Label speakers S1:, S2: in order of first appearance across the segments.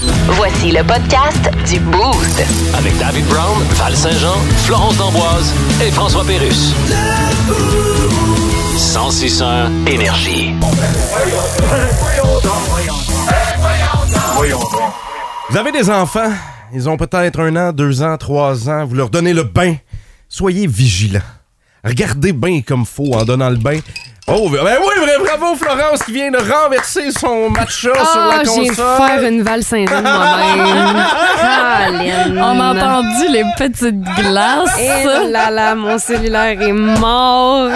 S1: Voici le podcast du Boost.
S2: Avec David Brown, Val Saint-Jean, Florence D'Amboise et François Pérus. 106 énergie.
S3: Vous avez des enfants, ils ont peut-être un an, deux ans, trois ans, vous leur donnez le bain. Soyez vigilants. Regardez bien comme faut en donnant le bain. Oh, ben oui, vrai, bravo Florence qui vient de renverser son matcha sur la
S4: Ah, j'ai
S3: console.
S4: de faire une valse indienne moi-même.
S5: On a entendu les petites glaces.
S4: Et là là, mon cellulaire est mort.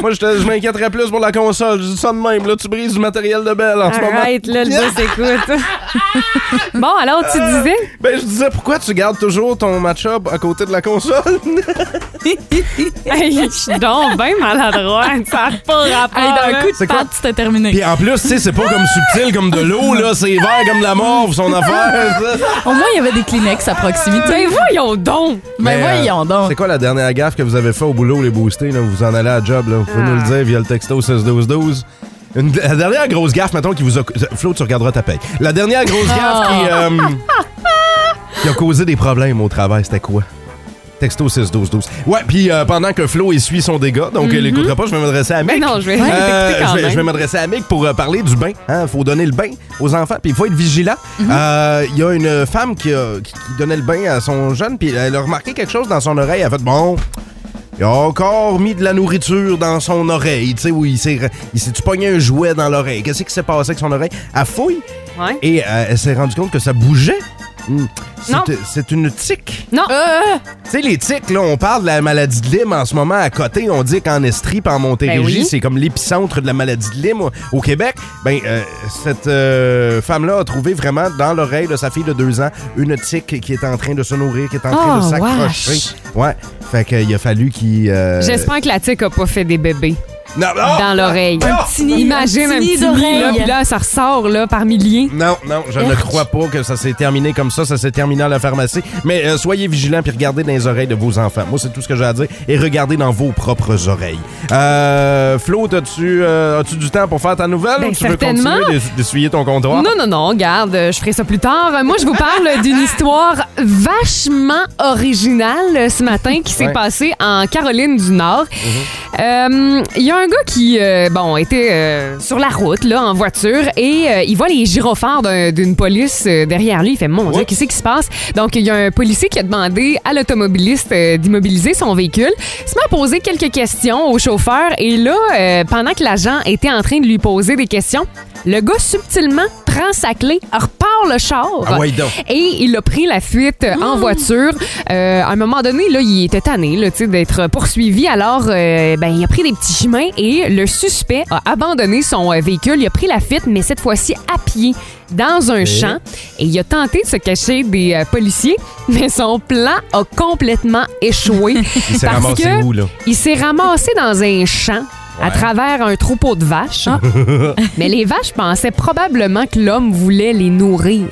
S3: Moi, je, te- je m'inquiéterais plus pour la console. Je dis ça de même. Là, tu brises du matériel de belle en ce moment.
S4: Arrête, là, le boss écoute. bon, alors, tu disais?
S3: Ben, je disais, pourquoi tu gardes toujours ton matcha à côté de la console?
S4: Hey, je suis donc bien maladroite. Ça n'a pas rapport. hein?
S5: Hey, d'un
S4: là.
S5: coup de
S3: C'est quoi?
S5: patte, c'était terminé.
S3: Puis en plus, tu sais, c'est pas comme subtil comme de l'eau, là. C'est vert comme de la morve, son affaire. ça.
S5: Au moins, il y avait des Kleenex à proximité.
S4: Ben voyons donc!
S5: Mais
S3: euh,
S5: voyons
S3: C'est
S5: donc.
S3: quoi la dernière gaffe que vous avez fait au boulot, les boostés? Là? Vous en allez à job, là. Vous pouvez
S5: Ah.
S3: nous le dire via le texto 16-12-12. Une- la dernière grosse gaffe, mettons, qui vous a. euh, Flo, tu regarderas ta paye. La dernière grosse
S5: Ah.
S3: gaffe qui, euh, qui a causé des problèmes au travail, c'était quoi? Texto 6-12-12. Ouais, puis euh, pendant que Flo essuie son dégât, donc elle l'écoutera pas, je vais m'adresser à Mick.
S4: Mais Mhm. non, je vais
S3: Euh,
S4: l'écouter quand
S3: je vais,
S4: même.
S3: je vais m'adresser à Mick pour euh, parler du bain. Il faut donner le bain aux enfants, puis il faut être vigilant.
S4: Mhm.
S3: Euh, Il y a une femme qui, a- qui- qui donnait le bain à son jeune, puis elle a remarqué quelque chose dans son oreille. Elle a fait Bon, il a encore mis de la nourriture dans son oreille. Tu sais, où il s'est re- il s'est-tu pogné un jouet dans l'oreille. Qu'est-ce qui s'est passé avec son oreille Elle fouille
S4: Ouais.
S3: et euh, elle s'est rendue compte que ça bougeait. Hmm. C'est-
S4: Non.
S3: C'est une tique.
S4: Non,
S3: Tu sais, les tiques, là, on parle de la maladie de Lyme en ce moment à côté. On dit qu'en Estrie, puis en Montérégie,
S4: Ben oui.
S3: c'est comme l'épicentre de la maladie de Lyme au- au Québec. Ben, euh, cette euh, femme-là a trouvé vraiment dans l'oreille de sa fille de deux ans une tique qui est en train de se nourrir, qui est en train
S4: Ah,
S3: de
S5: Oh,
S3: s'accrocher.
S5: wesh.
S3: Ouais. Fait qu'il a fallu qu'il. euh,
S4: j'espère que la tique a pas fait des bébés
S3: Non, non!
S4: dans l'oreille.
S3: Un
S5: petit nid,
S4: Imagine
S5: un
S4: un
S5: petit nid
S4: petit nid, là,
S5: d'oreille.
S4: puis là, ça ressort, là, par milliers.
S3: Non, non, je ne
S5: Arc.
S3: crois pas que ça s'est terminé comme ça. Ça s'est terminé à la pharmacie. Mais euh, soyez vigilants puis regardez dans les oreilles de vos enfants. Moi, c'est tout ce que j'ai à dire. Et regardez dans vos propres oreilles. Euh, Flo, as-tu euh, as-tu du temps pour faire ta nouvelle
S4: Ben,
S3: ou tu veux
S4: certainement.
S3: continuer d'ess- d'essuyer ton comptoir?
S4: Non, non, non, garde, euh, je ferai ça plus tard. Euh, Moi, je vous parle d'une histoire vachement originale euh, ce matin qui
S3: Ouais.
S4: s'est
S3: Mhm.
S4: passée en Caroline du Nord. Euh, Il y a un gars qui, euh, bon, était euh, sur la route, là, en voiture, et euh, il voit les gyrophares d'un- d'une police euh, derrière lui. Il fait, mon Dieu,
S3: Ouais.
S4: qu'est-ce qui se passe? Donc, il y a un policier qui a demandé à l'automobiliste euh, d'immobiliser son véhicule. Il se met à poser quelques questions au chauffeur, et là, euh, pendant que l'agent était en train de lui poser des questions, le gars subtilement prend sa clé, repart le char.
S3: Ah ouais, donc.
S4: Et il a pris la fuite euh, en voiture. Euh, à un moment donné, là, il était tanné là, tu sais, d'être poursuivi. Alors, euh, ben, il a pris des petits chemins et le suspect a abandonné son euh, véhicule. Il a pris la fuite, mais cette fois-ci à pied dans un champ. Et il a tenté de se cacher des euh, policiers, mais son plan a complètement échoué.
S3: Il s'est
S4: Parce
S3: ramassé
S4: que-
S3: où, là?
S4: Il s'est ramassé dans un champ à travers un troupeau de vaches.
S5: Ah.
S4: Mais les vaches pensaient probablement que l'homme voulait les nourrir.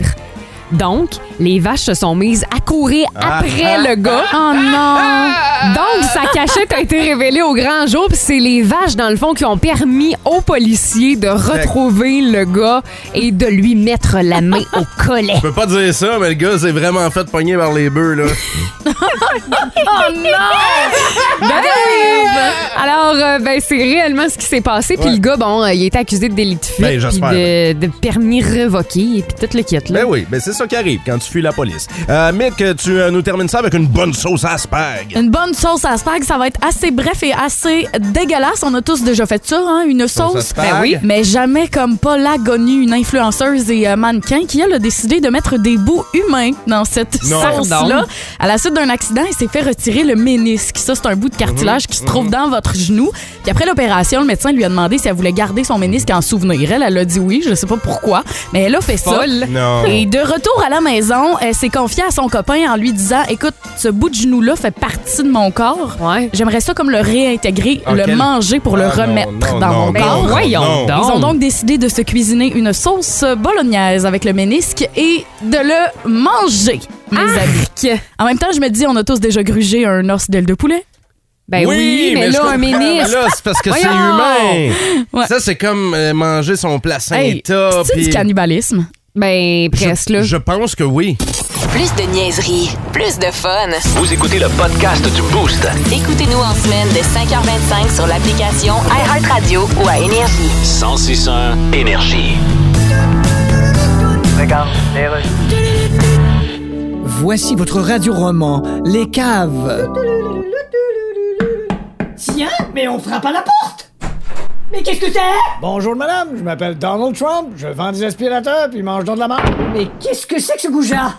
S4: Donc, les vaches se sont mises à courir après le gars.
S5: Oh non!
S4: Donc, sa cachette a été révélée au grand jour, puis c'est les vaches, dans le fond, qui ont permis aux policiers de retrouver le gars et de lui mettre la main au collet.
S3: Je peux pas dire ça, mais le gars s'est vraiment fait pogner par les bœufs, là.
S4: Ben oui! Alors, euh, ben, c'est réellement ce qui s'est passé. Puis
S3: Ouais.
S4: le gars, bon, euh, il a été accusé de délit de fuite,
S3: Ben,
S4: puis
S3: j'espère,
S4: de, de permis revoqué, et puis tout le kit, là.
S3: ben oui, ben c'est ça qui arrive quand tu fuis la police. Euh, Mick, tu euh, nous termines ça avec une bonne sauce à spag.
S5: Une bonne sauce à spag, ça va être assez bref et assez dégueulasse. On a tous déjà fait ça, hein, une
S3: Sauce à
S5: sauce.
S3: spag. Ben oui.
S5: Mais jamais comme Paula Gonu, une influenceuse et euh, mannequin, qui elle a décidé de mettre des bouts humains dans cette
S3: Non.
S5: sauce-là. À la suite d'un accident, il s'est fait retirer le ménisque. Ça, c'est un bout de cartilage qui se
S3: Mm-hmm.
S5: trouve dans votre genou. Puis après l'opération, le médecin lui a demandé si elle voulait garder son ménisque en souvenir. Elle, elle a dit oui, je sais pas pourquoi, mais elle a fait ça.
S4: Folle.
S3: Non.
S5: Et de retour à la maison, elle s'est confiée à son copain en lui disant Écoute, ce bout de genou-là fait partie de mon corps.
S4: Ouais.
S5: J'aimerais ça comme le réintégrer,
S3: Ah,
S5: le
S3: quel-
S5: manger pour le
S3: Ah, non,
S5: remettre
S3: non,
S5: dans
S3: non, non,
S5: mon corps.
S3: non,
S4: Ben, Voyons
S3: non.
S4: donc.
S5: Oh, Ils ont donc décidé de se cuisiner une sauce bolognaise avec le ménisque et de le manger, mes
S3: Ah!
S4: Ah!
S5: amis. En même temps, je me dis, on a tous déjà grugé un os d'aile de poulet.
S4: Ben oui, mais,
S3: je
S4: là,
S3: comprends,
S4: un
S3: mais
S4: ministre.
S3: là, c'est parce que c'est
S4: Voyons.
S3: humain.
S5: Ouais.
S3: Ça, c'est comme euh, manger son placenta.
S5: Hey, c'est
S3: puis-
S5: du cannibalisme.
S4: Ben, presque, là.
S3: Je, je pense que oui.
S1: Plus de niaiserie, plus de fun.
S2: Vous écoutez le podcast du Boost.
S1: Écoutez-nous en semaine de 5h25 sur l'application iHeartRadio ou à Énergie.
S2: 1061 Énergie.
S6: Voici votre radio-roman, Les Caves.
S7: Tiens, mais on frappe à la porte Mais qu'est-ce que c'est
S6: Bonjour madame, je m'appelle Donald Trump, je vends des aspirateurs puis mange dans de la marque.
S7: Mais qu'est-ce que c'est que ce goujat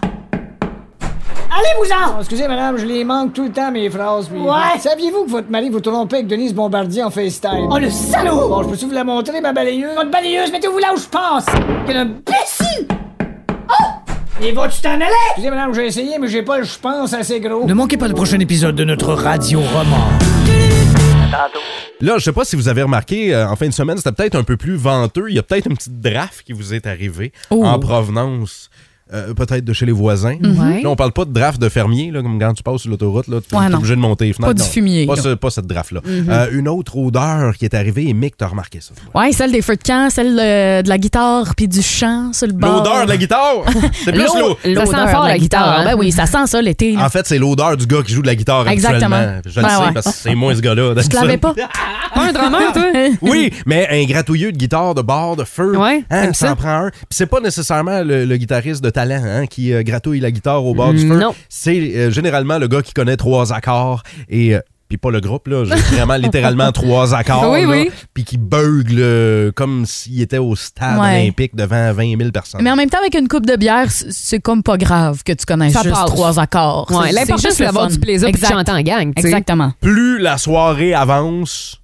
S7: Allez-vous-en
S6: Oh, Excusez madame, je les manque tout le temps mes phrases. Puis...
S7: Ouais.
S6: Saviez-vous que votre mari vous trompait avec Denise Bombardier en FaceTime
S7: Oh le salaud
S6: Bon, je peux-tu vous la montrer, ma balayeuse
S7: Votre balayeuse, mettez-vous là où je pense Quel imbécile Oh Et vas-tu t'en aller
S6: Excusez madame, j'ai essayé mais j'ai pas le je pense assez gros. Ne manquez pas le prochain épisode de notre radio-roman.
S3: Là, je sais pas si vous avez remarqué, euh, en fin de semaine, c'était peut-être un peu plus venteux. Il y a peut-être une petite draft qui vous est arrivée
S5: Oh. Mhm.
S3: en provenance. euh, peut-être de chez les voisins. Là, on parle pas de draft de fermier, là, comme quand tu passes sur l'autoroute, là, tu
S5: Ouais,
S3: es
S5: non.
S3: obligé de monter les fenêtres.
S5: Pas du
S3: Non,
S5: fumier,
S3: Pas,
S5: là. Mhm.
S3: ce- pas cette draft-là. Euh, une autre odeur qui est arrivée, et Mick, t'as remarqué ça. toi.
S5: Ouais, celle des feux de camp, celle euh, de la guitare puis du chant sur le bord.
S3: L'odeur de la guitare! C'est plus l'eau.
S5: L'eau- L'odeur
S4: Ça sent fort,
S5: de
S4: la guitare, hein?
S5: Ben oui, ça sent ça l'été. là.
S3: En fait, c'est l'odeur du gars qui joue de la guitare
S5: Exactement.
S3: habituellement. Je le
S5: Ouais,
S3: sais
S5: ouais.
S3: parce que c'est moi ce gars-là.
S5: Tu te lavais pas?
S4: Pas un drameur, toi?
S3: Oui, mais un gratouilleux de guitare, de bar, de feu.
S4: Ouais,
S3: hein,
S4: j'aime
S3: ça
S4: ça.
S3: en prend un. Puis c'est pas nécessairement le, le guitariste de talent hein, qui euh, gratouille la guitare au bord du feu.
S4: Non.
S3: C'est euh, généralement le gars qui connaît trois accords et. euh, puis pas le groupe, là. J'ai vraiment littéralement trois accords.
S4: Oui,
S3: là,
S4: oui.
S3: Puis qui beugle euh, comme s'il était au stade
S5: Ouais.
S3: olympique devant 20 000 personnes.
S5: Mais en même temps, avec une coupe de bière, c- c'est comme pas grave que tu connaisses
S4: Ça
S5: juste
S4: passe.
S5: trois accords.
S4: Ouais,
S5: C'est-
S4: l'important,
S5: juste
S4: c'est
S5: le
S4: d'avoir
S5: fun.
S4: du plaisir puis de
S5: Exact.
S4: chanter en gang, tu sais.
S5: Exactement.
S3: Plus la soirée avance,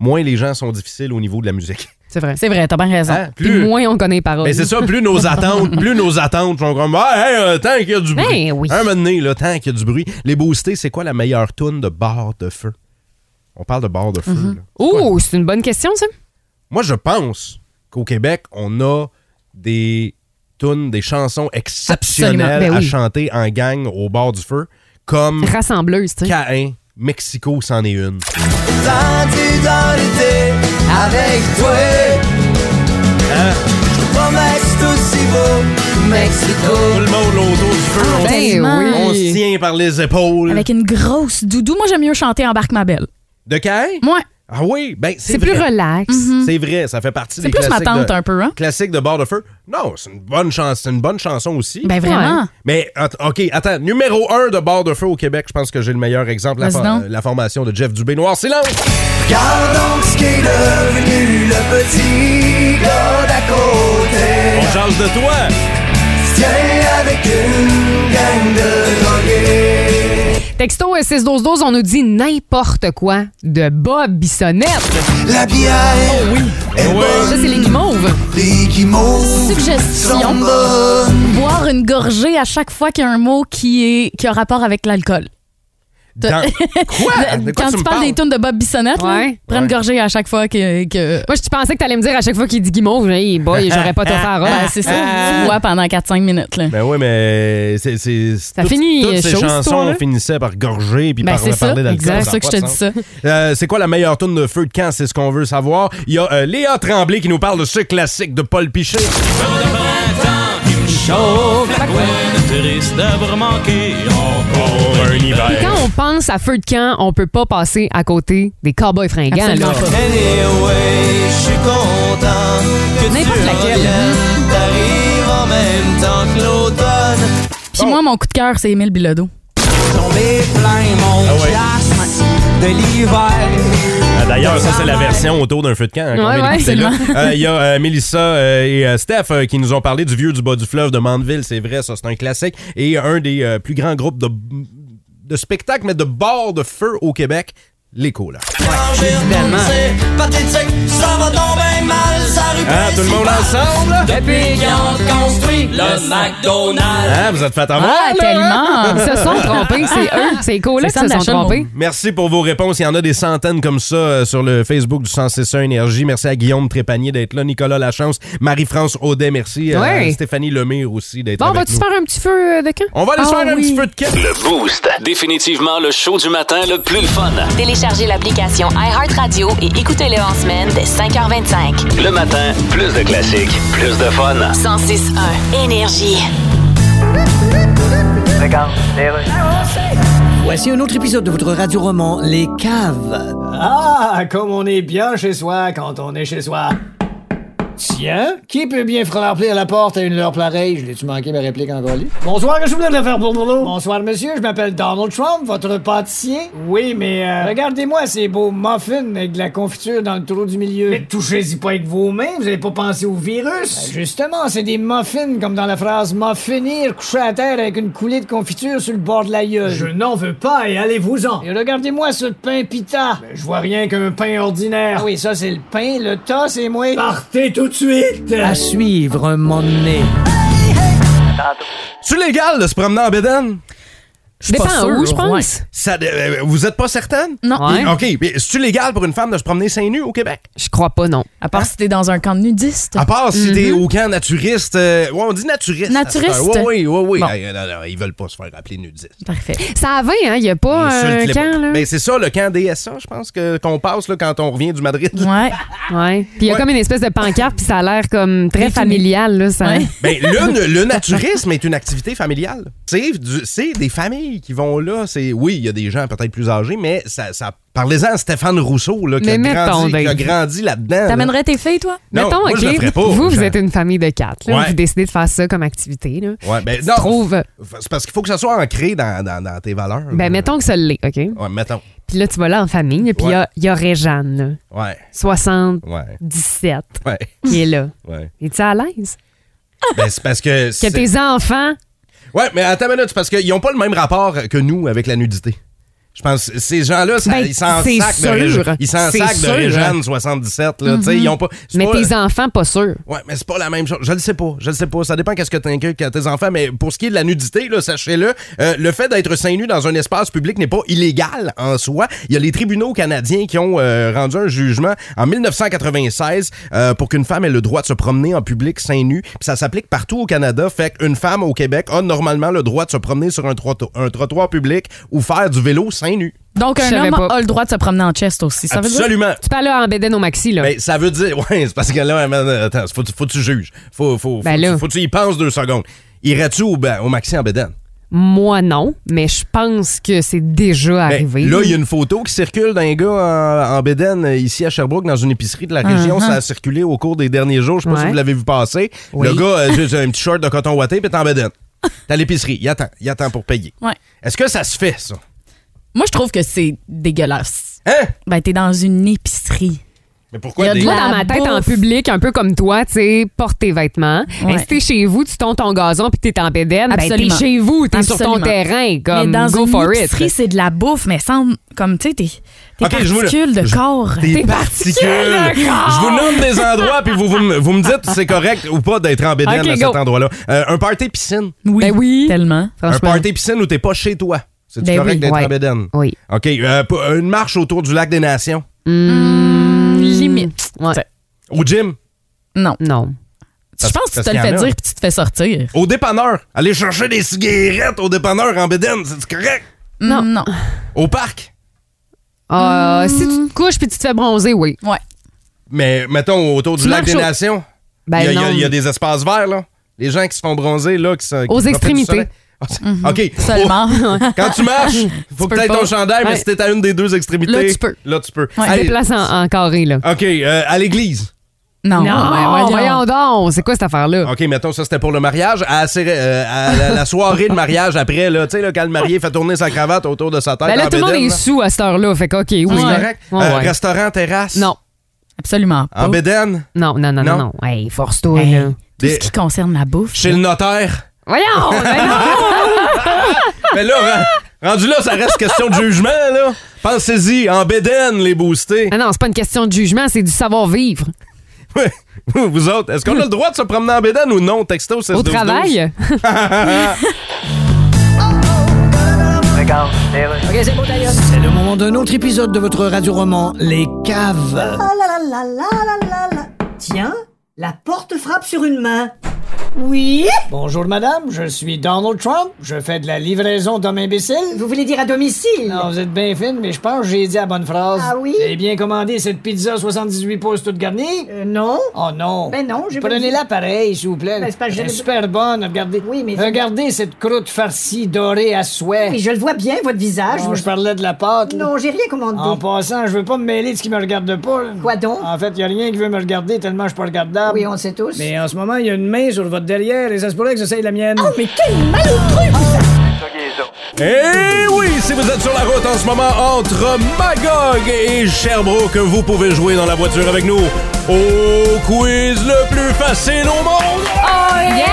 S3: moins les gens sont difficiles au niveau de la musique.
S4: C'est vrai.
S5: C'est vrai, t'as bien raison.
S3: Hein?
S4: Puis moins on connaît les paroles.
S3: Mais Ben, c'est ça, plus nos attentes, plus nos attentes sont comme ah, hey, euh, tant qu'il y a du bruit.
S4: Ben oui.
S3: Un moment donné, là, tant qu'il y a du bruit. Les boostés, c'est quoi la meilleure toune de barre de feu? On parle de barre de feu. là.
S4: Oh, c'est une bonne question, ça.
S3: Moi, je pense qu'au Québec, on a des tunes, des chansons exceptionnelles
S4: Absolument. Ben
S3: à
S4: oui.
S3: chanter en gang au bord du feu, comme
S4: Rassembleuse, tu sais.
S3: Caïn, Mexico, c'en est une.
S8: avec toi.
S6: Hein?
S8: Promesse aussi beau, Mexico.
S3: Tout le monde autour du feu, on,
S5: Tellement.
S4: Ben oui.
S3: on se tient par les épaules.
S5: Avec une grosse doudou, moi j'aime mieux chanter Embarque ma belle.
S3: De Caïn?
S5: Moi,
S3: Ah oui, ben c'est
S4: C'est plus
S3: vrai.
S4: relax.
S3: C'est vrai, ça fait partie
S5: Mm. c'est
S3: des
S5: plus ma
S3: classiques
S5: tante
S3: de-
S5: un peu, hein?
S3: classique de bord de feu. Non, c'est une bonne chanson, c'est une bonne chanson aussi.
S5: Ben vraiment.
S3: mais att- OK, attends, numéro un de bord de feu au Québec, je pense que j'ai le meilleur exemple la,
S5: Vas-y
S3: for-
S5: donc.
S3: euh, la formation de Jeff Dubé Noir Silence.
S8: Regarde donc ce qu'est devenu le petit gars d'à côté.
S3: On change de toi.
S8: Tiens avec une gang de drogués.
S4: Texto 61212, on nous dit n'importe quoi de Bob Bissonnette.
S8: La bière est
S4: Ça,
S8: bonne,
S4: c'est les guimauves.
S8: les guimauves sont
S5: Suggestion,
S8: bonnes.
S5: boire une gorgée à chaque fois qu'il y a un mot qui, est, qui a rapport avec l'alcool.
S3: Dans- Quoi? De quoi
S5: Quand
S3: tu
S5: tu
S3: me
S5: parles des
S3: parles?
S5: tunes de Bob Bissonnette, là,
S4: Ouais.
S5: prends une gorgée à chaque fois que... que-
S4: Moi, je pensais que t'allais me dire à chaque fois qu'il dit guimauve, hey boy, j'aurais pas t'offert.
S5: Ben, c'est ça,
S4: ah.
S5: tu bois pendant 4-5 minutes. Là.
S3: Ben oui, mais c'est, c'est-
S4: Ça
S3: toutes-
S4: finit
S5: euh,
S3: toutes ces
S4: chaud, cette
S3: chansons
S4: histoire-là.
S3: finissaient par gorger puis
S5: Ben,
S3: par
S5: c'est ça,
S3: parler d'alcool.
S5: c'est
S3: n'a
S5: pour ça que
S3: pas
S5: je te
S3: de
S5: dis
S3: sens.
S5: ça.
S3: Euh, c'est quoi la meilleure tune de feu de camp? C'est ce qu'on veut savoir. Il y a euh, Léa Tremblay qui nous parle de ce classique de Paul Piché.
S4: Puis quand on pense à feu de camp, on peut pas passer à côté des cowboys fringants.
S5: Absolument
S4: là.
S5: pas.
S8: Anyway, je suis content que
S4: N'importe
S8: tu
S4: laquelle. hein.
S8: reviennes. T'arrives en même temps que l'automne.
S5: Puis
S4: Oh.
S5: moi, mon coup de cœur, c'est Émile Bilodeau.
S8: Tombé plein mon
S3: Ah ouais.
S8: classe de l'hiver.
S3: Ah, D'ailleurs, ça, c'est la version autour d'un feu de camp. hein, qu'on
S4: Ouais,
S3: vient
S4: ouais,
S3: d'écouter, là. Euh, Il y a euh, Mélissa euh, et euh, Steph euh, qui nous ont parlé du vieux du bas du fleuve de Mandeville. C'est vrai, ça, c'est un classique. Et un des euh, plus grands groupes de, de spectacles, mais de bord de feu au Québec, les Colas.
S8: Quand j'ai retourné, pathétique, ça va tomber mal, ça rue
S3: Hein, tout le monde
S8: principale.
S3: ensemble?
S8: Depuis qu'ils ont construit
S5: oui.
S9: Le McDonald's.
S3: Hein, vous êtes fait avoir,
S5: Ah,
S3: là, hein?
S5: tellement.
S4: Ils se sont trompés, c'est eux, c'est Cola
S5: C'est
S4: qui se
S5: Sandra
S4: sont
S5: Chalmont.
S4: trompés.
S3: Merci pour vos réponses. Il y en a des centaines comme ça euh, sur le Facebook du 1061 Énergie. Merci à Guillaume Trépanier d'être là, Nicolas Lachance, Marie-France Audet, merci. euh,
S4: Ouais.
S3: à Stéphanie Lemire aussi d'être
S4: Bon,
S3: avec
S4: vas-tu
S3: nous.
S4: faire un petit feu euh, de camp?
S3: On va aller se
S5: Ah
S3: faire un
S5: oui.
S3: petit peu de quête.
S2: Le Boost. Définitivement le show du matin le plus le fun.
S1: Téléchargez l'application iHeartRadio et écoutez-le en semaine dès 5h25.
S2: Le matin, plus de classiques, plus de fun.
S1: 106.1 Énergie.
S6: Voici un autre épisode de votre radio-roman Les Caves.
S7: Ah, comme on est bien chez soi quand on est chez soi. Tiens, qui peut bien frapper à la porte à une heure pareille? Je l'ai-tu manqué ma réplique encore là? Bonsoir, que je voulais de la faire pour Bourlot? Bonsoir, monsieur, je m'appelle Donald Trump, votre pâtissier. Oui, mais euh, regardez-moi ces beaux muffins avec de la confiture dans le trou du milieu. Mais touchez-y pas avec vos mains, vous avez pas pensé au virus? Ben, justement, c'est des muffins, comme dans la phrase « muffinir » couché à terre avec une coulée de confiture sur le bord de la gueule. Je n'en veux pas et allez-vous-en. Et regardez-moi ce pain pita. je vois rien qu'un pain ordinaire. oui, ça c'est le pain, le tas c'est moi. Partez tout de suite!
S6: À suivre un moment donné.
S3: C'est légal de se promener en bédane?
S5: Je suis pas
S4: Dépend
S5: sûre,
S4: où, je
S5: ouais.
S4: pense.
S3: Ça, euh, vous êtes pas certaine?
S5: Non.
S4: Ouais.
S3: OK, mais c'est-tu légal pour une femme de se promener seins nus au Québec?
S4: Je crois pas, non.
S5: À part si t'es dans un camp de nudistes.
S3: À
S4: Ah.
S3: part si t'es
S4: Mm-hmm.
S3: au camp naturiste. euh, ouais, on dit naturiste.
S5: Naturiste.
S3: Oui, oui, oui.
S5: Bon.
S3: euh, ils veulent pas se faire appeler nudistes.
S5: Parfait.
S4: Ça a 20, hein? Il n'y a pas un
S3: Insulte-les pas.
S4: camp, là.
S3: Ben, c'est ça, le camp DSA, je pense, que, qu'on passe là, quand on revient du Madrid.
S5: Ouais.
S4: Ouais. Puis il y a
S3: Ouais.
S4: comme une espèce de pancarte, puis ça a l'air comme très
S5: Défini.
S4: familial, là. Ça...
S5: Ouais.
S3: Ben, le, le naturisme est une activité familiale. C'est, du- c'est des familles qui vont là. C'est, oui, il y a des gens peut-être plus âgés, mais ça, ça, parlez-en à Stéphane Rousseau là, qui, a
S4: Mais mettons,
S3: grandi, qui a
S4: Dave.
S3: grandi là-dedans. là.
S5: T'amènerais tes filles, toi?
S3: Non,
S4: Mettons,
S3: moi,
S4: OK,
S3: je le ferais pas.
S4: vous, vous
S3: Jean.
S4: êtes une famille de quatre. là.
S3: Ouais.
S4: Vous décidez de faire ça comme activité. Là.
S3: Ouais, ben,
S4: Tu
S3: non,
S4: trouves-
S3: C'est parce qu'il faut que ça soit ancré dans, dans- dans tes valeurs. là.
S4: Ben, mettons que ça l'est, OK?
S3: Ouais, mettons.
S4: Puis là, tu vas là en famille, puis il y a- il y, aurait Jeanne, là,
S3: Ouais,
S4: 77,
S3: ouais, ouais,
S4: qui est là.
S3: ouais.
S4: Es-tu à l'aise?
S3: Ben, c'est parce que.
S4: Que
S3: c'est-
S4: tes enfants...
S3: Ouais, mais attends une minute, c'est parce qu'ils n'ont pas le même rapport que nous avec la nudité. Je pense que ces gens-là, ça-
S4: Ben,
S3: ils s'en
S4: c'est
S3: sacent de,
S4: sûr.
S3: Rég- ils s'en
S4: C'est
S3: sacent de
S4: sûr. Mm-hmm.
S3: Régène 77. Là, tu sais, ils ont pas, c'est
S4: Mais
S3: pas-
S4: tes enfants, pas sûr.
S3: Ouais, mais c'est pas la même chose. Je le sais pas. Je le sais pas. Ça dépend qu'est-ce que t'inquiètes à tes enfants. Mais pour ce qui est de la nudité, là, sachez-le, euh, le fait d'être seins nus dans un espace public n'est pas illégal en soi. Il y a les tribunaux canadiens qui ont euh, rendu un jugement en 1996 euh, pour qu'une femme ait le droit de se promener en public seins nus. Puis ça s'applique partout au Canada. Fait qu'une femme au Québec a normalement le droit de se promener sur un, trotto- un trottoir public ou faire du vélo seins nus.
S5: Donc,
S4: Je
S5: un
S4: savais
S5: homme
S4: pas.
S5: a le droit de se promener en chest aussi. Ça veut dire?
S3: Absolument.
S4: Tu peux aller en bédaine au maxi, là.
S3: Ben, ça veut dire. Ouais, c'est parce que là, man, attends, faut, que tu- faut que tu juges. Faut, faut, faut,
S4: Ben
S3: que tu-
S4: là.
S3: faut que tu y penses deux secondes. Irais-tu au, ba- au Maxi en Bédane?
S4: Moi, non, mais je pense que c'est déjà
S3: Ben,
S4: arrivé.
S3: là, il y a une photo qui circule d'un gars en, en Bédane, euh, ici à Sherbrooke, dans une épicerie de la région. Ça a circulé au cours des derniers jours. Je sais pas si
S4: Ouais.
S3: vous l'avez vu passer.
S4: Oui.
S3: Le gars, euh, juste un petit short de coton ouaté, puis t'es en Bédane. T'es à l'épicerie. Il attend. Il attend pour payer.
S5: Ouais.
S3: Est-ce que ça se fait, ça?
S5: Moi, je trouve que c'est dégueulasse.
S3: Hein?
S5: Ben, t'es dans une épicerie.
S3: Mais pourquoi
S5: Il y a de
S3: des-
S4: Moi,
S5: La
S4: dans ma tête, en
S5: bouffe.
S4: public, un peu comme toi, tu sais, porte tes vêtements.
S5: Ouais.
S4: Mais si t'es chez vous, tu tonds ton gazon puis t'es en bédaine, ben, t'es
S5: Absolument.
S4: chez vous, t'es sur ton
S5: Absolument.
S4: terrain, comme
S5: mais dans
S4: go
S5: une
S4: for it.
S5: épicerie, c'est de la bouffe, mais semble comme, tu sais, tes, tes
S3: Ok, je vous le-
S5: particules de
S3: je-
S5: corps.
S3: Tes
S4: Tes
S3: particules.
S4: particules, d'accord.
S3: Je vous nomme des endroits, puis vous, vous, me- vous me dites si c'est correct ou pas d'être en bédaine
S4: Ok,
S3: à
S4: go.
S3: cet endroit-là. Euh, un party piscine.
S5: Oui,
S4: Ben oui.
S5: tellement.
S3: Un
S4: Franchement.
S3: party piscine où t'es pas chez toi. C'est
S5: Ben
S3: correct
S5: oui,
S3: d'être
S4: ouais.
S3: en bédaine.
S4: Oui.
S3: OK. euh, p- une marche autour du lac des Nations.
S5: Limite.
S4: Ouais.
S3: Au gym.
S5: Non.
S4: Non.
S5: Je pense que tu
S3: parce
S5: te
S3: qu'il
S5: le
S3: y
S5: fais
S3: en a.
S5: dire puis tu te fais sortir.
S3: Au dépanneur. Aller chercher des cigarettes au dépanneur en bédaine. C'est correct.
S5: Non. Non.
S3: Au parc.
S4: Euh,
S5: Mm.
S4: Si tu te couches puis tu te fais bronzer, oui.
S5: Ouais.
S3: Mais mettons autour du
S4: Tu
S3: lac
S4: marches
S3: des
S4: au-
S3: Nations.
S4: Ben
S3: il, y a, il y a-
S4: non.
S3: il y a des espaces verts, là. Les gens qui se font bronzer, là. Qui se- qui
S4: Aux
S3: profitent du
S4: extrémités. Mhm.
S3: soleil. Ah, c'est- OK.
S5: Seulement.
S3: Quand tu marches, faut
S5: peux
S3: peut-être
S5: pas.
S3: ton chandail, mais
S4: Ouais.
S3: si t'es à une des deux extrémités.
S5: Là, tu peux.
S3: Là, tu peux.
S5: Ouais.
S4: Tu te
S3: Allez,
S4: déplaces en, en carré, là.
S3: OK, euh, à l'église.
S5: Non.
S4: non,
S5: ben
S4: voyons. donc. C'est quoi cette affaire-là?
S3: OK, mettons, ça, c'était pour le mariage. À, la céré- euh, à la, la soirée de mariage après, là, tu sais, là, quand le marié fait tourner sa cravate autour de sa tête.
S4: Ben là,
S3: en
S4: tout le monde
S3: bédaine,
S4: est
S3: là.
S4: sous à cette heure-là. Fait que, OK, oui.
S3: C'est
S5: Ouais.
S3: correct?
S4: Ouais,
S3: Euh,
S4: ouais.
S3: Restaurant, terrasse?
S4: Non. Oh.
S5: Absolument pas.
S3: En bédaine?
S4: Non, non, non, non,
S3: Non.
S4: non. Hey, force-toi,
S5: Hey.
S4: là.
S5: Tout ce
S3: Des-
S5: qui concerne la bouffe.
S3: Chez le notaire?
S4: Voyons! ben non.
S3: Mais là, ren- rendu là, ça reste question de jugement, là. Pensez-y, en bédaine, les boostés.
S4: Ah non, c'est pas une question de jugement, c'est du savoir-vivre.
S3: Vous autres, est-ce qu'on a le droit de se promener en bédaine ou non? Texto, c'est
S4: Au travail?
S7: OK, c'est bon, d'ailleurs. C'est le moment d'un autre épisode de votre radio-roman, Les Caves.
S9: Ah là là là là là là là. Tiens, la porte frappe sur une main. Oui
S7: Bonjour, madame, je suis Donald Trump. Je fais de la livraison d'hommes imbéciles.
S9: Vous voulez dire à domicile
S7: Non, vous êtes bien fine, mais je pense que j'ai dit la bonne phrase.
S9: Ah oui?
S7: Vous avez bien commandé cette pizza 78 pouces toute garnie?
S9: Euh, non.
S7: Oh non!
S9: Ben non, j'ai pas dit-
S7: Prenez-la pareil, s'il vous plaît.
S9: Ben, c'est pas-
S7: Elle est
S9: j'avais-
S7: super bonne, regardez.
S9: Oui, mais-
S7: Regardez cette croûte farcie dorée à souhait.
S9: Mais je le vois bien, votre visage.
S7: Non,
S9: Moi,
S7: je parlais de la pâte.
S9: je-
S7: là.
S9: Non, j'ai rien commandé.
S7: En passant, je veux pas me mêler de ce qui me regarde pas. là.
S9: Quoi donc?
S7: En fait, y a rien qui veut me regarder tellement je suis pas regardable.
S9: Oui, on le sait tous.
S7: Mais en ce moment, il y a une main sur votre derrière et ça se pourrait que j'essaye la mienne.
S9: Oh, mais quel malotru, vous savez.
S3: Eh oui, si vous êtes sur la route en ce moment entre Magog et Sherbrooke, vous pouvez jouer dans la voiture avec nous au quiz le plus facile au monde.
S4: yeah!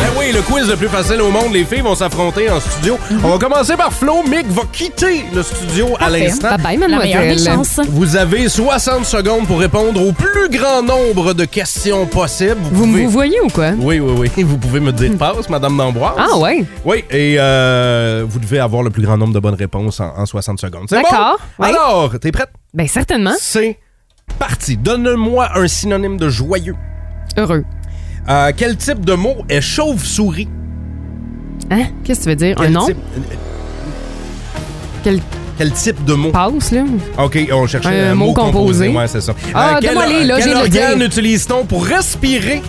S3: Ben oui, le quiz le plus facile au monde. Les filles vont s'affronter en studio.
S4: Mhm.
S3: On va commencer par Flo. Mick va quitter le studio à l'instant.
S4: Bye-bye,
S5: La meilleure des
S4: mademoiselle.
S5: chances.
S3: Vous avez 60 secondes pour répondre au plus grand nombre de questions possibles.
S4: Vous
S3: pouvez-
S4: me voyez ou quoi?
S3: Oui, oui, oui. Vous pouvez me dire passe, Madame D'Amboise.
S4: Ah ouais?
S3: Oui, et euh, vous devez avoir le plus grand nombre de bonnes réponses en, en 60 secondes. C'est
S4: D'accord,
S3: Bon?
S4: oui.
S3: Alors, t'es prête?
S4: Ben certainement.
S3: C'est parti. Donne-moi un synonyme de joyeux.
S4: Heureux.
S3: Euh, quel type de mot est chauve-souris?
S4: Hein? Qu'est-ce que tu veux dire?
S3: Quel
S4: un nom?
S3: type-
S4: Quel
S3: Quel type de mot?
S4: passe, là?
S3: OK, on cherchait
S4: Un
S3: un,
S4: mot composé.
S3: Ouais, c'est ça. Euh,
S4: Ah,
S3: quel
S4: donne-moi les, là,
S3: quel
S4: j'ai le
S3: organe
S4: dire.
S3: utilise-t-on pour respirer?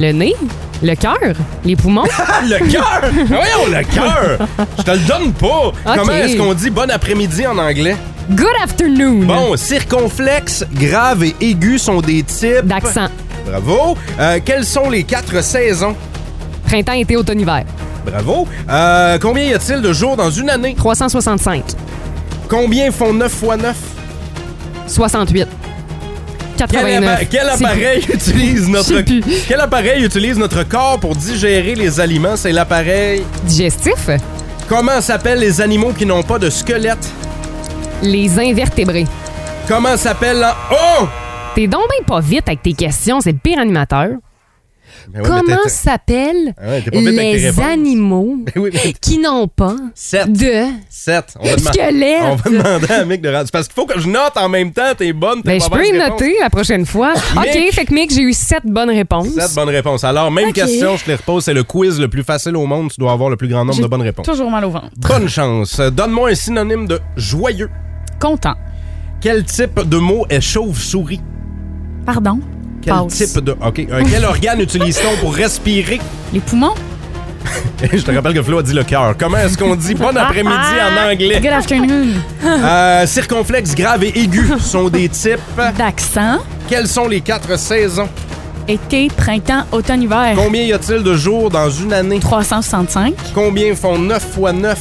S4: Le nez? Le cœur? Les poumons?
S3: Ah, le cœur! Voyons, le cœur! Je te le donne pas! Comment est-ce qu'on dit bon après-midi en anglais?
S4: Good afternoon!
S3: Bon, circonflexe, grave et aigu sont des types.
S4: D'accent.
S3: Bravo. Euh, quelles sont les quatre saisons?
S4: Printemps, été, automne, hiver.
S3: Bravo. Euh, combien y a-t-il de jours dans une année?
S4: 365.
S3: Combien font 9 fois 9?
S4: 68.
S3: Quel,
S4: 89.
S3: appa- quel
S4: C'est-
S3: appareil utilise
S4: Je sais plus.
S3: notre quel appareil utilise notre corps pour digérer les aliments? C'est l'appareil.
S4: Digestif?
S3: Comment s'appellent les animaux qui n'ont pas de squelette?
S4: Les invertébrés.
S3: Comment s'appelle la... Oh!
S4: T'es donc bien pas vite avec tes questions, c'est le pire animateur.
S3: Ben ouais, mais
S4: Comment
S3: Eh t'es-
S4: s'appellent
S3: Ah ouais, t'es pas vite avec tes
S4: les
S3: réponses.
S4: animaux
S3: Ben oui, mais-
S4: qui n'ont pas
S3: Sept.
S4: de
S3: 7. On va demander-
S4: squelette?
S3: On va demander à Mick de rendre. C'est parce qu'il faut que je note en même temps tes bonnes, tes
S4: Ben, je peux
S3: mauvaises
S4: y
S3: réponses.
S4: noter la prochaine fois. OK,
S3: Mick.
S4: fait que Mick, j'ai eu sept bonnes réponses.
S3: Sept bonnes réponses. Alors, même question, je te les repose. C'est le quiz le plus facile au monde. Tu dois avoir le plus grand nombre
S5: J'ai
S3: de bonnes réponses.
S5: Toujours mal au ventre.
S3: Bonne chance. Euh, Donne-moi un synonyme de joyeux.
S5: Content.
S3: Quel type de mot est chauve-souris?
S5: Pardon.
S3: Quel
S5: Passe.
S3: type de. OK. Euh, quel organe utilise-t-on pour respirer?
S5: Les poumons?
S3: je te rappelle que Flo a dit le cœur. Comment est-ce qu'on dit bon après-midi en anglais?
S5: Good afternoon.
S3: Euh, circonflexe, grave et aigu sont des types.
S5: D'accent.
S3: Quelles sont les quatre saisons?
S5: Été, printemps, automne, hiver.
S3: Combien y a-t-il de jours dans une année?
S5: 365.
S3: Combien font 9 fois 9?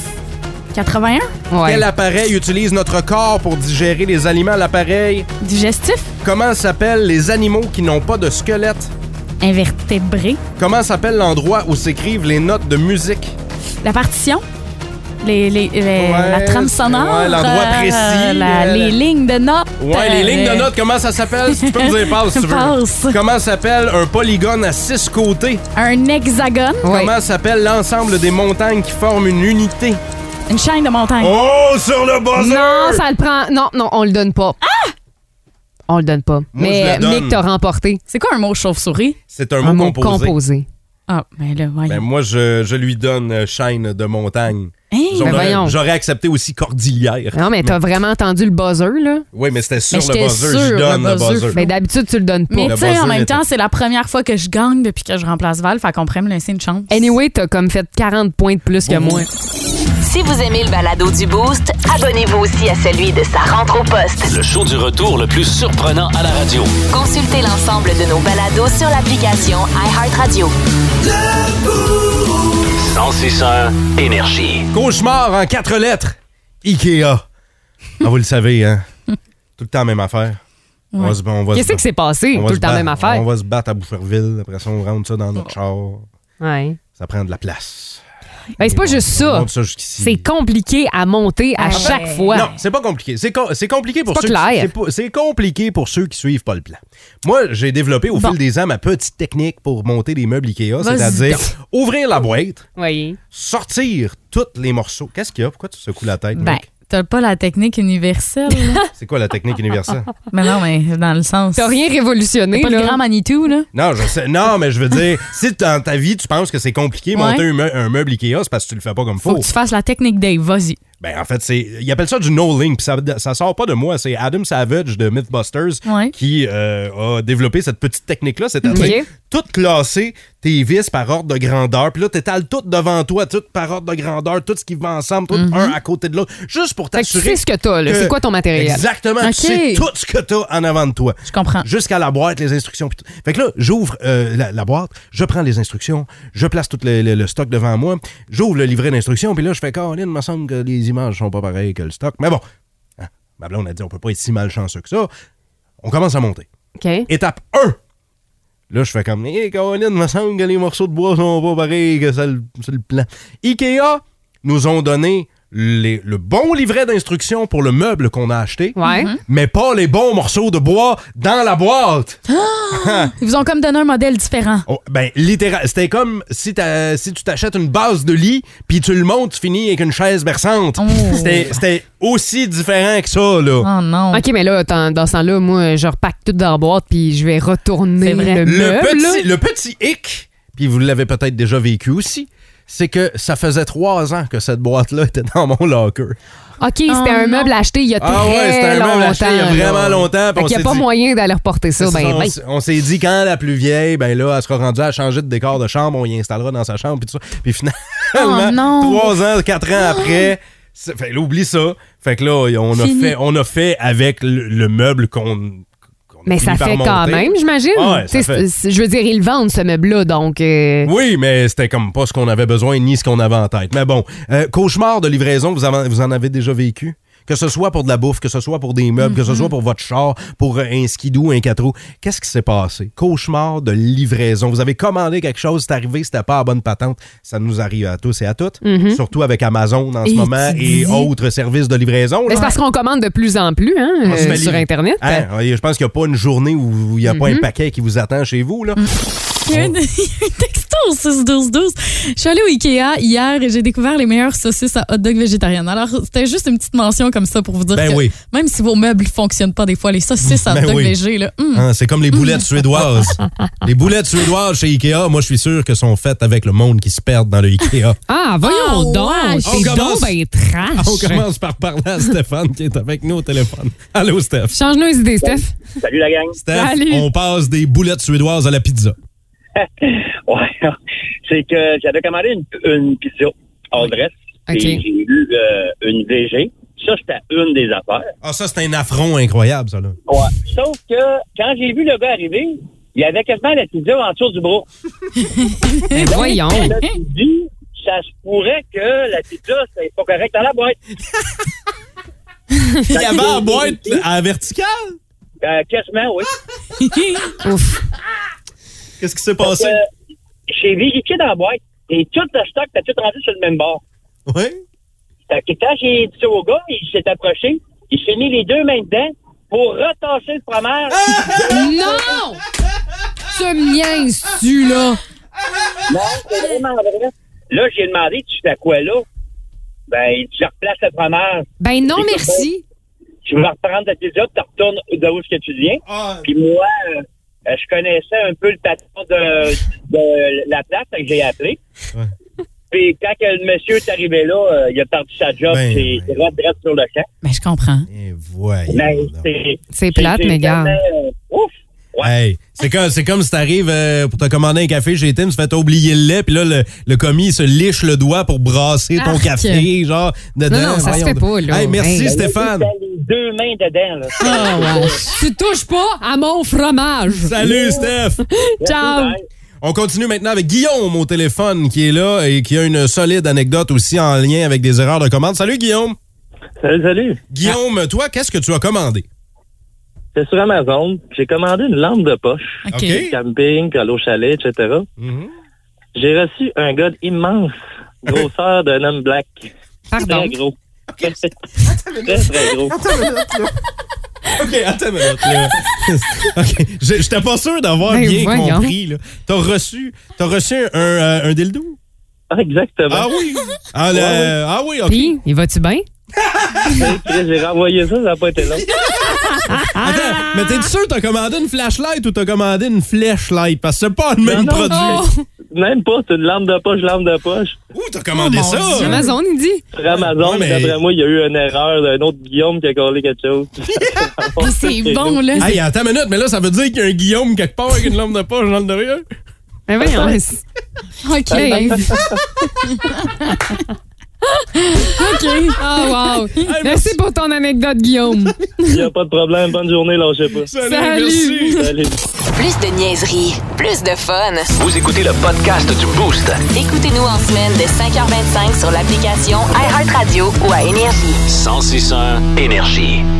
S5: 81.
S4: Ouais.
S3: Quel appareil utilise notre corps pour digérer les aliments? L'appareil.
S5: Digestif.
S3: Comment s'appellent les animaux qui n'ont pas de squelette?
S5: Invertébré.
S3: Comment s'appelle l'endroit où s'écrivent les notes de musique?
S5: La partition. Les, les- les-
S3: Ouais,
S5: la trame
S3: c'est-
S5: sonore.
S3: ouais, l'endroit précis,
S5: la-
S3: euh,
S5: les
S3: la-
S5: lignes de notes. euh,
S3: Ouais, les lignes de notes, comment ça s'appelle? Si tu peux me dire passe, si tu veux.
S5: Passe.
S3: Comment s'appelle un polygone à six côtés?
S5: Un hexagone.
S4: Ouais.
S3: Comment s'appelle l'ensemble des montagnes qui forment une unité?
S5: Une chaîne de montagne.
S3: Oh, sur le buzzer!
S4: Non, ça le prend. Non, non, on le donne pas. Ah! On le donne pas. Mais euh,
S3: je le donne.
S4: Mick t'a remporté.
S5: C'est quoi un mot chauve-souris?
S3: C'est un,
S4: un
S3: mot
S4: mot
S3: composé.
S4: composé.
S5: Ah, ben là, voyons.
S3: Ben, moi, je, je lui donne euh, chaîne de montagne.
S5: Hey!
S3: J'aurais-
S4: Ben, voyons. Ben
S3: J'aurais accepté aussi cordillère.
S4: Non, mais t'as vraiment entendu le buzzer, là.
S3: Oui, mais c'était sur
S5: Mais
S3: le
S5: j'étais
S3: buzzer.
S5: sûre,
S3: je
S5: le
S3: donne le
S5: buzzer.
S3: buzzer.
S4: Mais d'habitude, tu le donnes pas.
S5: Mais
S3: Le
S5: tu sais, en
S3: buzzer
S5: même
S3: n'était-
S5: temps, c'est la première fois que je gagne depuis que je remplace Val, fait qu'on pourrait me laisser une chance.
S4: Anyway, t'as comme fait 40 points de plus que moi.
S1: Si vous aimez le balado du Boost, abonnez-vous aussi à celui de sa rentre au poste.
S2: Le show du retour le plus surprenant à la radio.
S1: Consultez l'ensemble de nos balados sur l'application iHeartRadio.
S2: 1061 Énergie.
S3: Cauchemar en quatre lettres. Ikea. Ah, vous le savez, hein? Tout le temps même affaire. On va se- on va se-
S4: Qu'est-ce que c'est passé?
S3: on va
S4: Tout
S3: se
S4: le temps
S3: battre-
S4: même affaire. Oh.
S3: On va se battre à Boucherville. Après ça, on rentre ça dans notre char.
S4: Ouais.
S3: Ça prend de la place.
S4: Ben, c'est pas juste ça.
S3: Monte ça jusqu'ici.
S4: C'est compliqué à monter à chaque fois.
S3: Ah. Non, c'est pas compliqué. C'est com- c'est compliqué pour
S4: pas
S3: ceux qui-
S4: clair.
S3: c'est pas- C'est compliqué pour ceux qui suivent pas le plan. Moi, j'ai développé au
S4: Bon.
S3: fil des ans ma petite technique pour monter des meubles Ikea,
S5: Vas-y
S3: c'est-à-dire
S5: donc.
S3: ouvrir la boîte,
S4: Voyez.
S3: sortir tous les morceaux. Qu'est-ce qu'il y a Pourquoi tu secoues la tête
S5: Ben,
S3: Mick?
S5: t'as pas la technique universelle. là.
S3: C'est quoi la technique universelle
S5: mais non, mais dans le sens.
S4: T'as rien révolutionné,
S5: T'as pas
S4: là.
S5: le grand Manitou, là.
S3: Non, je sais. Non, mais je veux dire, si dans ta vie tu penses que c'est compliqué
S5: Ouais.
S3: monter un, meu- un meuble Ikea, c'est parce que tu le fais pas comme
S5: Faut
S3: faut.
S5: que tu fasses la technique Dave, vas-y.
S3: Ben en fait, c'est ils appellent ça du no-link, puis ça, ça sort pas de moi, c'est Adam Savage de Mythbusters
S5: Ouais.
S3: qui euh, a développé cette petite technique là, c'est-à-dire
S4: Ok.
S3: tout classer tes vis par ordre de grandeur, puis là t'étales tout devant toi, tout par ordre de grandeur, tout ce qui va ensemble, tout un à côté de l'autre, juste pour
S4: Mhm. Fait que tu
S3: t'assurer.
S4: sais ce que t'as, là.
S3: que-
S4: C'est quoi ton matériel?
S3: Exactement,
S5: Ok.
S3: tu sais tout ce que t'as en avant de toi
S5: Je comprends.
S3: jusqu'à la boîte, les instructions. pis tout. Fait que là, j'ouvre euh, la, la boîte, je prends les instructions, je place tout le, le- le stock devant moi, j'ouvre le livret d'instructions, puis là, je fais Caroline, il me semble que les images sont pas pareilles que le stock. Mais bon, hein, ma blonde a dit on peut pas être si malchanceux que ça. On commence à monter.
S4: OK.
S3: Étape 1. Là, je fais comme Hé, Caroline, il me semble que les morceaux de bois sont pas pareils que c'est le, sur le plan. IKEA nous ont donné les- le bon livret d'instructions pour le meuble qu'on a acheté
S4: Ouais.
S5: Mhm.
S3: mais pas les bons morceaux de bois dans la boîte.
S5: Ils vous ont comme donné un modèle différent.
S3: Oh, ben, littéral, c'était comme si, t'as- si tu t'achètes une base de lit, puis tu le montes, tu finis avec une chaise berçante.
S5: Oh.
S3: C'était c'était aussi différent que ça, là.
S4: Ah,
S5: Oh non.
S4: OK, mais là, dans, dans ce temps-là, moi, je repack tout dans la boîte puis je vais retourner
S5: C'est vrai.
S4: le,
S3: Le
S4: meuble.
S3: petit, le petit hic, puis vous l'avez peut-être déjà vécu aussi, c'est que ça faisait trois ans que cette boîte-là était dans mon locker.
S4: OK, c'était
S5: Oh,
S4: un
S5: non.
S4: meuble acheté il y a très
S3: Ah ouais, c'était un
S4: longtemps.
S3: meuble acheté il y a vraiment
S4: là.
S3: longtemps. puis on
S4: Fait qu'il n'y
S3: s'est
S4: a pas
S3: dit-
S4: moyen d'aller reporter ça.
S3: C'est ça,
S4: Ben,
S3: on
S4: ben.
S3: s- on s'est dit quand la plus vieille, ben là, elle sera rendue à changer de décor de chambre, on y installera dans sa chambre, puis tout ça. Puis
S5: Oh
S3: finalement,
S5: non.
S3: trois ans, quatre ans après, c'est- fait, là, oublie ça. Fait que là, on a
S5: Fini.
S3: fait, on a fait avec le, le meuble qu'on. qu'on a
S4: Mais
S3: fini
S4: ça
S3: par
S4: fait
S3: monter.
S4: quand même, j'imagine.
S3: Ouais,
S4: Tu sais,
S3: ça fait.
S4: c'est- Je veux dire, ils le vendent, ce meuble-là, donc... euh,
S3: Oui, mais c'était comme pas ce qu'on avait besoin ni ce qu'on avait en tête. Mais bon, euh, cauchemar de livraison, vous, avez- vous en avez déjà vécu? Que ce soit pour de la bouffe, que ce soit pour des meubles, que ce
S5: Mm-hmm.
S3: soit pour votre char, pour euh, un skidoo, un 4 roues. Qu'est-ce qui s'est passé? Cauchemar de livraison. Vous avez commandé quelque chose, c'est arrivé, c'était pas à bonne patente. Ça nous arrive à tous et à toutes. Surtout avec Amazon en ce
S5: Mm-hmm. Et
S3: moment
S5: tu
S3: et
S5: dis-
S3: autres services de livraison. là.
S4: mais c'est parce qu'on commande de plus en plus hein,
S3: On se
S4: euh,
S3: fait
S4: sur
S3: livrer.
S4: Internet.
S3: Hein? Je pense qu'il n'y a pas une journée où il
S5: Mm-hmm.
S3: n'y a pas un paquet qui vous attend chez vous. Là.
S5: Il y a un, il y a un texto au 6-12-12. Je suis allée au Ikea hier et j'ai découvert les meilleures saucisses à hot dog végétariennes. Alors, c'était juste une petite mention comme ça pour vous dire
S3: Ben
S5: que
S3: oui.
S5: même si vos meubles ne fonctionnent pas des fois, les saucisses à
S3: Ben
S5: hot dog
S3: oui.
S5: végé, là, hum,
S3: Hein, c'est comme les boulettes suédoises. les boulettes suédoises chez Ikea, moi, je suis sûr que sont faites avec le monde qui se perd dans le Ikea.
S4: Ah,
S5: Ah,
S4: voyons
S5: ouais,
S4: donc!
S5: je-
S4: C'est
S3: On
S4: donc
S3: commence-
S4: ben trash!
S3: On commence par parler à Stéphane qui est avec nous au téléphone. Allô, Steph.
S4: Change-nous les idées, Steph.
S10: Salut la gang.
S3: Steph,
S4: Salut.
S3: on passe des boulettes suédoises à la pizza.
S10: Ouais. C'est que j'avais commandé une, une pizza all dress.
S4: Ok.
S10: Et j'ai eu euh, une VG. Ça, c'était une des affaires.
S3: Ah, ça, c'est un affront incroyable, ça, là.
S10: Ouais. Sauf que quand j'ai vu le gars arriver, il avait quasiment la pizza en dessous du bras.
S4: Ben, voyons!
S10: Là, tu te dis, ça se pourrait que la pizza, c'est pas correct dans la boîte.
S3: Il y avait en boîte à verticale.
S10: Euh, quasiment, oui.
S4: Ouf!
S3: Qu'est-ce qui s'est passé?
S10: Euh, j'ai vérifié dans la boîte et tout le stock, t'as tout rendu sur le même bord.
S3: Oui.
S10: Fait que quand j'ai dit ça au gars, il s'est approché, il s'est mis les deux mains dedans pour retasser le fromage.
S4: Non! Ce mien, tu là?
S10: Non, c'est vraiment vrai. Là, j'ai demandé, tu fais quoi là? Ben, il dit, je replace le fromage.
S4: Ben non, merci!
S10: Tu vas reprendre ta pizza, tu retournes de où ce que tu viens.
S3: Ah,
S10: Puis moi, euh, euh, je connaissais un peu le patron de, de la place, fait que j'ai appelé.
S3: Ouais.
S10: Puis quand que le monsieur est arrivé là, euh, il a perdu sa job,
S3: Ben,
S10: c'est
S3: ben. Oh,
S10: droit direct sur le champ.
S5: ben, je comprends.
S3: et voyons.
S10: Mais
S3: donc.
S10: c'est...
S4: C'est plate,
S10: c'est
S4: mais gars.
S10: tellement, euh, Ouf! Ouais.
S3: Hey, c'est comme, c'est comme si t'arrives euh, pour te commander un café chez Tim, tu fais oublier le lait, puis là, le, le commis il se liche le doigt pour brasser ton
S5: Arc.
S3: café, genre, dedans.
S4: Ah, Non, non, ça se fait
S3: donc.
S4: pas, là.
S3: Hey, merci
S4: Hey.
S3: Stéphane.
S10: Il a les deux mains dedans, là.
S4: Ah. Tu touches pas à mon fromage!
S3: Salut, Steph.
S4: Ciao!
S3: On continue maintenant avec Guillaume au téléphone qui est là et qui a une solide anecdote aussi en lien avec des erreurs de commande. Salut, Guillaume.
S10: Salut, salut.
S3: Guillaume, toi, qu'est-ce que tu as commandé?
S10: C'est sur Amazon. J'ai commandé une lampe de poche.
S5: OK.
S3: OK.
S10: Camping, puis aller au chalet, etc.
S3: Mhm.
S10: J'ai reçu un gars immense Grosseur d'un homme black.
S4: Pardon?
S10: Très gros. très, très gros.
S3: OK, attends une minute. là. OK, je- j'étais pas sûr d'avoir
S10: Ben
S3: bien
S10: voyons.
S3: compris. là. T'as reçu, t'as reçu un, euh, un dildo?
S10: Ah, exactement.
S3: Ah oui? Ah, le-
S10: Ouais, ouais.
S3: ah oui, OK.
S4: Puis, il va-tu bien?
S10: Hey, Chris, J'ai renvoyé ça, ça n'a pas été long.
S3: Attends,
S4: ah!
S3: mais t'es sûr que t'as commandé une flashlight ou t'as commandé une flashlight? Parce que c'est pas le même
S10: Non,
S3: produit.
S10: non. Même pas, c'est une lampe de poche, lampe de poche.
S3: Où t'as commandé ça?
S4: Oh Amazon, il dit.
S10: Sur Amazon,
S3: Ouais, mais-
S10: d'après moi, il y a eu une erreur d'un autre Guillaume qui a collé quelque chose. Oh,
S4: Ah,
S5: c'est bon, là.
S3: Hey, attends une minute, mais là, ça veut dire qu'il y a un Guillaume quelque part avec une lampe de poche dans le derrière?
S4: Mais voyons. c'est-
S5: OK.
S4: OK. Ah, wow.
S10: Hey,
S4: Merci pour ton anecdote, Guillaume.
S10: Il n'y a pas de problème. Bonne journée, lâchez pas.
S4: Salut, Salut. merci.
S10: Salut.
S1: Plus de niaiserie, plus de fun.
S2: Vous écoutez le podcast du Boost.
S1: Écoutez-nous en semaine de 5h25 sur l'application iHeartRadio ou à Énergie.
S2: 1061 Énergie.